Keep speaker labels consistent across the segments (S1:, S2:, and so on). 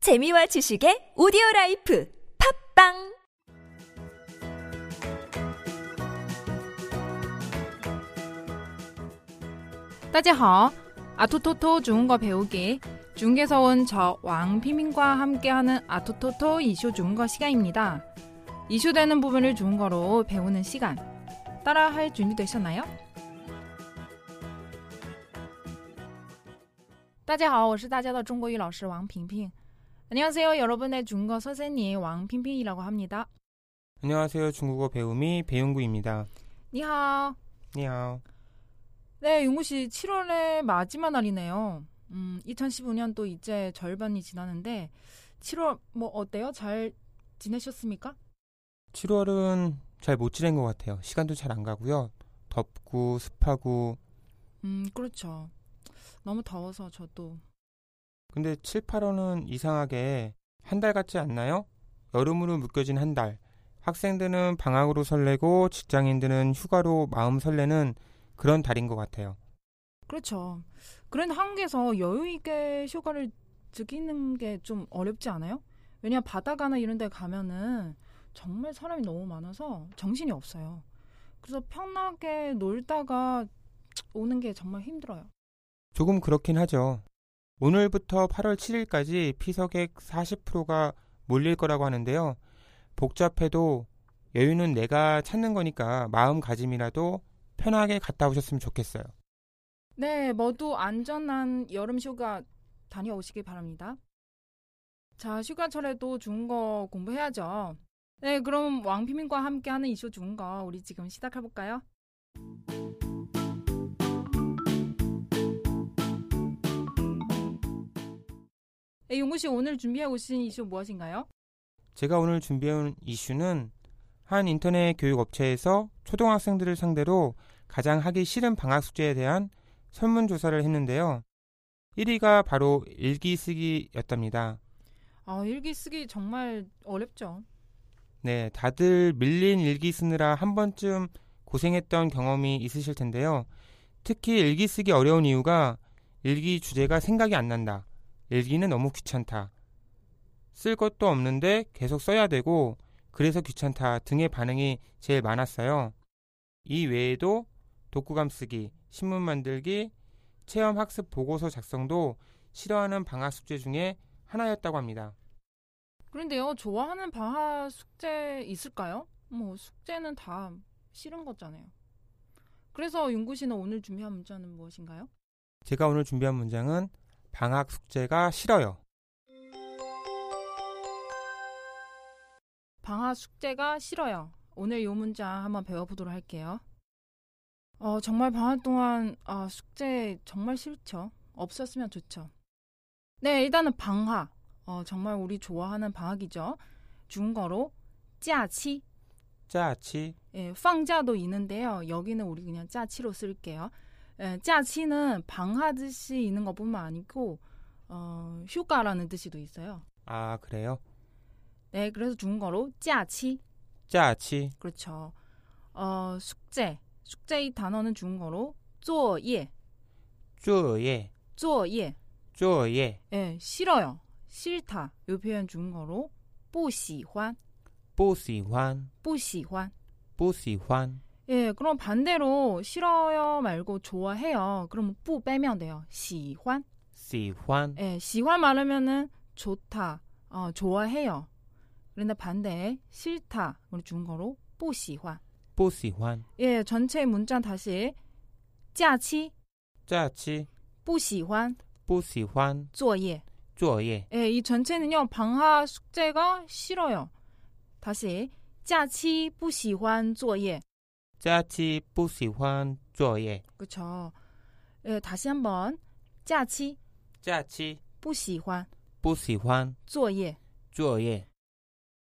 S1: 재미와 지식의 오디오 라이프 팝빵
S2: 따지하 아토토토 중국어 배우기 중국에서 온 저 왕피민과 함께하는 아토토토 이슈 중국어 시간입니다. 이슈되는 부분을 중국어로 배우는 시간 따라할 준비 되셨나요? 大家好，我是大家的中国语老师王萍萍。 안녕하세요, 여러분의 중국어 선생님 왕핑핑이라고 합니다.
S3: 안녕하세요. 중국어 배우미 배용구입니다.
S2: 니하오.
S3: 니하오.
S2: 네, 용구 씨, 7월의 마지막 날이네요. 음, 2015년 또 이제 절반이 지나는데 7월 뭐 어때요? 잘 지내셨습니까?
S3: 7월은 잘 못 지낸 것 같아요. 시간도 잘 안 가고요. 덥고 습하고.
S2: 음, 그렇죠. 너무 더워서 저도
S3: 근데 7, 8월은 이상하게 한 달 같지 않나요? 여름으로 묶여진 한 달. 학생들은 방학으로 설레고 직장인들은 휴가로 마음 설레는 그런 달인 것 같아요.
S2: 그렇죠. 그런 한국에서 여유 있게 휴가를 즐기는 게 좀 어렵지 않아요? 왜냐 바다가나 이런 데 가면은 정말 사람이 너무 많아서 정신이 없어요. 그래서 편하게 놀다가 오는 게 정말 힘들어요.
S3: 조금 그렇긴 하죠. 오늘부터 8월 7일까지 피서객 40%가 몰릴 거라고 하는데요. 복잡해도 여유는 내가 찾는 거니까 마음가짐이라도 편하게 갔다 오셨으면 좋겠어요.
S2: 네, 모두 안전한 여름 휴가 다녀오시길 바랍니다. 자, 휴가철에도 중국어 공부해야죠. 네, 그럼 왕피민과 함께하는 이슈 중국어 우리 지금 시작해볼까요? 네, 용구 씨 오늘 준비해 오신 이슈 무엇인가요?
S3: 제가 오늘 준비해온 이슈는 한 인터넷 교육 업체에서 초등학생들을 상대로 가장 하기 싫은 방학 숙제에 대한 설문조사를 했는데요. 1위가 바로 일기 쓰기였답니다.
S2: 아, 일기 쓰기 정말 어렵죠.
S3: 네, 다들 밀린 일기 쓰느라 한 번쯤 고생했던 경험이 있으실 텐데요. 특히 일기 쓰기 어려운 이유가 일기 주제가 생각이 안 난다. 일기는 너무 귀찮다. 쓸 것도 없는데 계속 써야 되고 그래서 귀찮다 등의 반응이 제일 많았어요. 이 외에도 독후감 쓰기, 신문 만들기, 체험 학습 보고서 작성도 싫어하는 방학 숙제 중에 하나였다고 합니다.
S2: 그런데요, 좋아하는 방학 숙제 있을까요? 뭐 숙제는 다 싫은 거잖아요. 그래서 윤구 씨는 오늘 준비한 문자는 무엇인가요?
S3: 제가 오늘 준비한 문장은 방학 숙제가 싫어요.
S2: 방학 숙제가 싫어요. 오늘 이 문장 한번 배워보도록 할게요. 어, 정말 방학 동안 아, 숙제 정말 싫죠. 없었으면 좋죠. 네, 일단은 방학. 어, 정말 우리 좋아하는 방학이죠. 중국어로 짜치.
S3: 짜치,
S2: 예, 황자도 있는데요. 여기는 우리 그냥 짜치로 쓸게요. 예, 짜치는 방하듯이 있는 것뿐만 아니고 어, 휴가라는 뜻이도 있어요.
S3: 아 그래요?
S2: 네, 그래서 중국어로 짜치.
S3: 짜치,
S2: 그렇죠. 어, 숙제. 숙제 이 단어는 중국어로 作业,
S3: 쪼예,
S2: 作业.
S3: 쪼예,
S2: 예, 싫어요. 싫다. 요 표현 중국어로 不喜欢,
S3: 보시환,
S2: 不喜欢.
S3: 보시환,
S2: 예, 그럼 반대로 싫어요 말고 좋아해요. 그럼 不 빼면 돼요. 喜欢.
S3: 시환,
S2: 예, 喜欢 말하면은 좋다. 어, 좋아해요. 그런데 반대에 싫다. 우리 중국어로 不喜欢.
S3: 보시환,
S2: 예, 전체 문장 다시 假期
S3: 짜치,
S2: 不喜欢
S3: 보시환,
S2: 作业.
S3: 쪼예,
S2: 예, 이 전체는요. 방학 숙제가 싫어요. 다시 假期不喜欢作业.
S3: 짜치, 보시환, 쪼예,
S2: 그렇죠. 예, 다시 한번 假期
S3: 짜치,
S2: 不喜欢
S3: 보시환,
S2: 作业.
S3: 쪼예.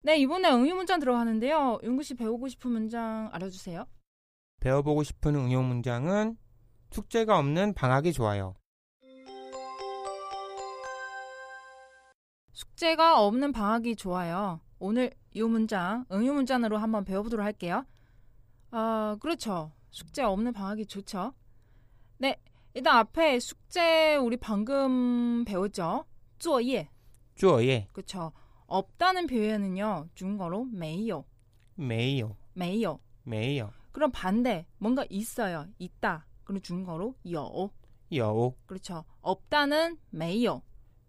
S2: 네, 이번에 응유 문장 들어가는데요. 윤구 씨 배우고 싶은 문장 알려 주세요.
S3: 배워보고 싶은 응용 문장은 숙제가 없는 방학이 좋아요.
S2: 숙제가 없는 방학이 좋아요. 오늘 이 문장 응유 문장으로 한번 배워보도록 할게요. 아 그렇죠. 숙제 없는 방학이 좋죠. 네 일단 앞에 숙제 우리 방금 배웠죠. 作业
S3: 주어에
S2: 그쵸. 없다는 표현은요, 중국어로 메이요,
S3: 매요,
S2: 메이요.
S3: 매요,
S2: 그럼 반대, 뭔가 있어요, 있다. 그럼 중국어로 여.
S3: 여오,
S2: 그렇죠. 없다는 메이요.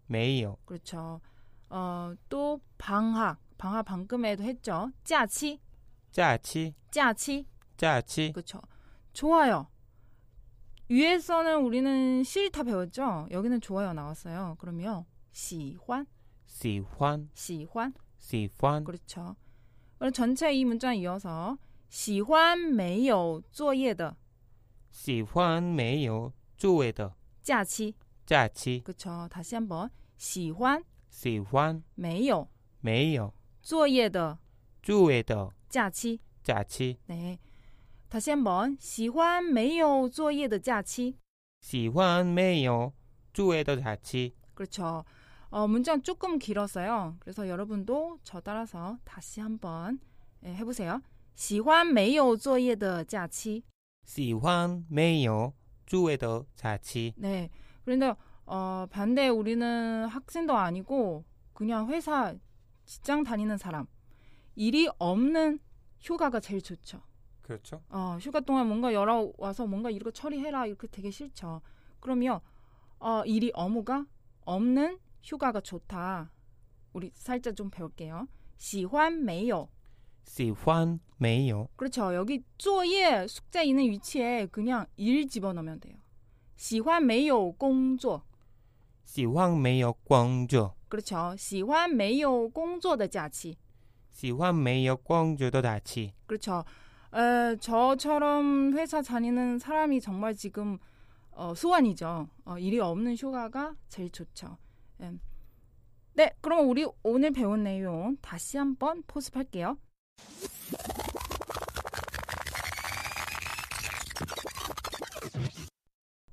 S3: 매요,
S2: 그렇죠. 어, 또 방학, 방학 방금에도 했죠. 짜치,
S3: 짜치,
S2: 짜치.
S3: 짜치,
S2: 그렇죠. 좋아요. 위에서는 우리는 싫다 배웠죠. 여기는 좋아요 나왔어요. 그럼요. 시환,
S3: 시환,
S2: 시환.
S3: 시환,
S2: 그렇죠. 그럼 전체 이 문장 이어서 시환 메요 作业的
S3: 시환 매요, 주에더,
S2: 假期.
S3: 짜치,
S2: 그렇죠. 다시 한번. 시환
S3: 시환
S2: 메요
S3: 매요,
S2: 作业的
S3: 주에더,
S2: 假期.
S3: 짜치,
S2: 네. 다시 한번. 시환 메요 作业的假期.
S3: 시환 매요, 주에더 자치,
S2: 그렇죠. 어, 문장 조금 길었어요. 그래서 여러분도 저 따라서 다시 한번 예, 해보세요. 喜欢没有作业的假期.
S3: 시환 매요, 주에더 자치,
S2: 네. 그런데 어, 반대 우리는 학생도 아니고 그냥 회사 직장 다니는 사람 일이 없는 휴가가 제일 좋죠.
S3: 그렇죠?
S2: 어, 휴가 동안 뭔가 열어 와서 뭔가 이거 처리해라 이렇게 되게 싫죠. 그러면 어, 일이 어무가 없는 휴가가 좋다. 우리 살짝 좀 배울게요. 喜欢 매요.
S3: 시환 매요,
S2: 그렇죠. 여기 作业 숙제 있는 위치에 그냥 일 집어넣으면 돼요. 喜欢 매요 工作.
S3: 시환 매요 광주,
S2: 그렇죠. 喜欢 매요 工作的假期.
S3: 시환 매요 광주더 자치,
S2: 그렇죠. 에, 저처럼 회사 다니는 사람이 정말 지금 어, 소원이죠. 어, 일이 없는 휴가가 제일 좋죠. 음. 네, 그럼 우리 오늘 배운 내용 다시 한번 포습할게요.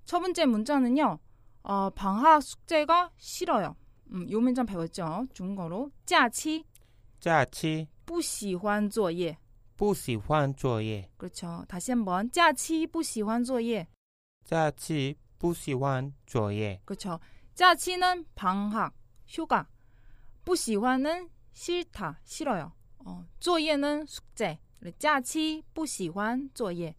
S2: 첫 번째 문자는요. 어, 방학 숙제가 싫어요. 음, 요 문장 배웠죠. 중국어로 假期
S3: 짜치,
S2: 不喜欢作业.
S3: 不喜欢 주어에,
S2: 그렇죠. 다시 한번 假期不喜欢作业.
S3: 짜치, 不喜欢 주어에,
S2: 그렇죠. 假期는 방학, 휴가. 不喜欢은 싫다, 싫어요. 어, 作业는 숙제. 假期不喜欢作业.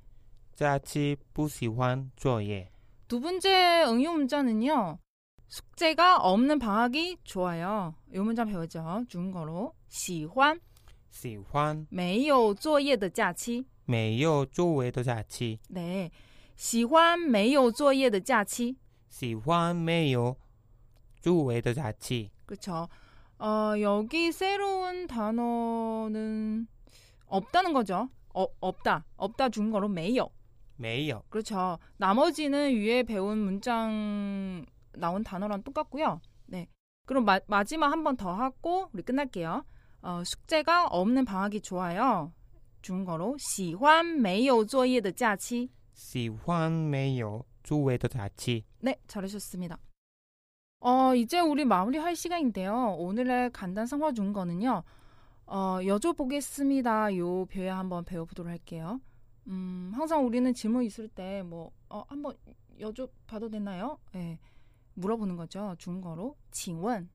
S3: 짜치, 不喜欢 주어에,
S2: 두 번째 응용 문자는요. 숙제가 없는 방학이 좋아요. 요 문자 배우죠. 중국어로 喜欢
S3: 喜欢
S2: 没有作业的假期.
S3: 没有 주어에도 자치,
S2: 네. 喜欢没有作业的假期.
S3: 喜欢 매요, 주어에도 자치,
S2: 그렇죠. 어, 여기 새로운 단어는 없다는 거죠. 어, 없다. 없다 준 거로 매요.
S3: 没有
S2: 그렇죠. 나머지는 위에 배운 문장 나온 단어랑 똑같고요. 네. 그럼 마, 마지막 한 번 더 하고 우리 끝날게요. 어, 숙제가 없는 방학이 좋아요. 중국어로 喜欢没有作业的假期.
S3: 喜欢 매요, 주어에도 자치,
S2: 네, 잘하셨습니다. 어, 이제 우리 마무리할 시간인데요. 오늘의 간단 성화 중거는요. 어, 여쭤보겠습니다. 요 표현 한번 배워보도록 할게요. 음, 항상 우리는 질문 있을 때 뭐, 어, 한번 여쭤봐도 되나요? 예. 물어보는 거죠. 중거로. 징원.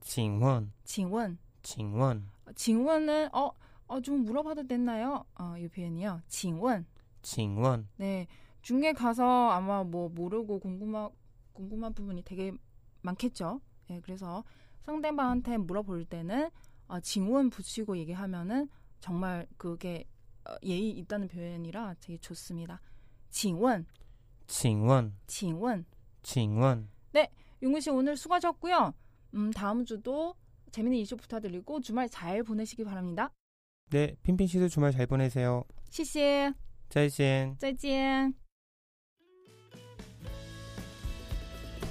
S3: 请问,
S2: 징원.
S3: 请问,
S2: 징원은 어, 어, 좀 물어봐도 됐나요? 어, 이 표현이요. 징원.
S3: 请问,
S2: 네, 중에 가서 아마 뭐 모르고 궁금한 궁금한 부분이 되게 많겠죠. 예, 그래서 상대방한테 물어볼 때는 어, 징원 붙이고 얘기하면은 정말 그게 어, 예의 있다는 표현이라 되게 좋습니다. 징원,
S3: 请问,
S2: 징원.
S3: 请问,
S2: 용근 씨 오늘 수고하셨고요. 음, 다음 주도 재밌는 이슈 부탁드리고 주말 잘 보내시기 바랍니다.
S3: 네, 핀핀 씨도 주말 잘 보내세요.
S2: 谢谢,
S3: 再见.
S2: 再见.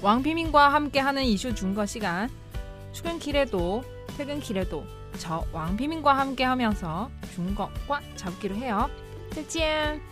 S2: 왕피민과 함께하는 이슈 중거 시간 출근길에도 퇴근길에도 저 왕피민과 함께하면서 중거과 잡기로 해요. 再见.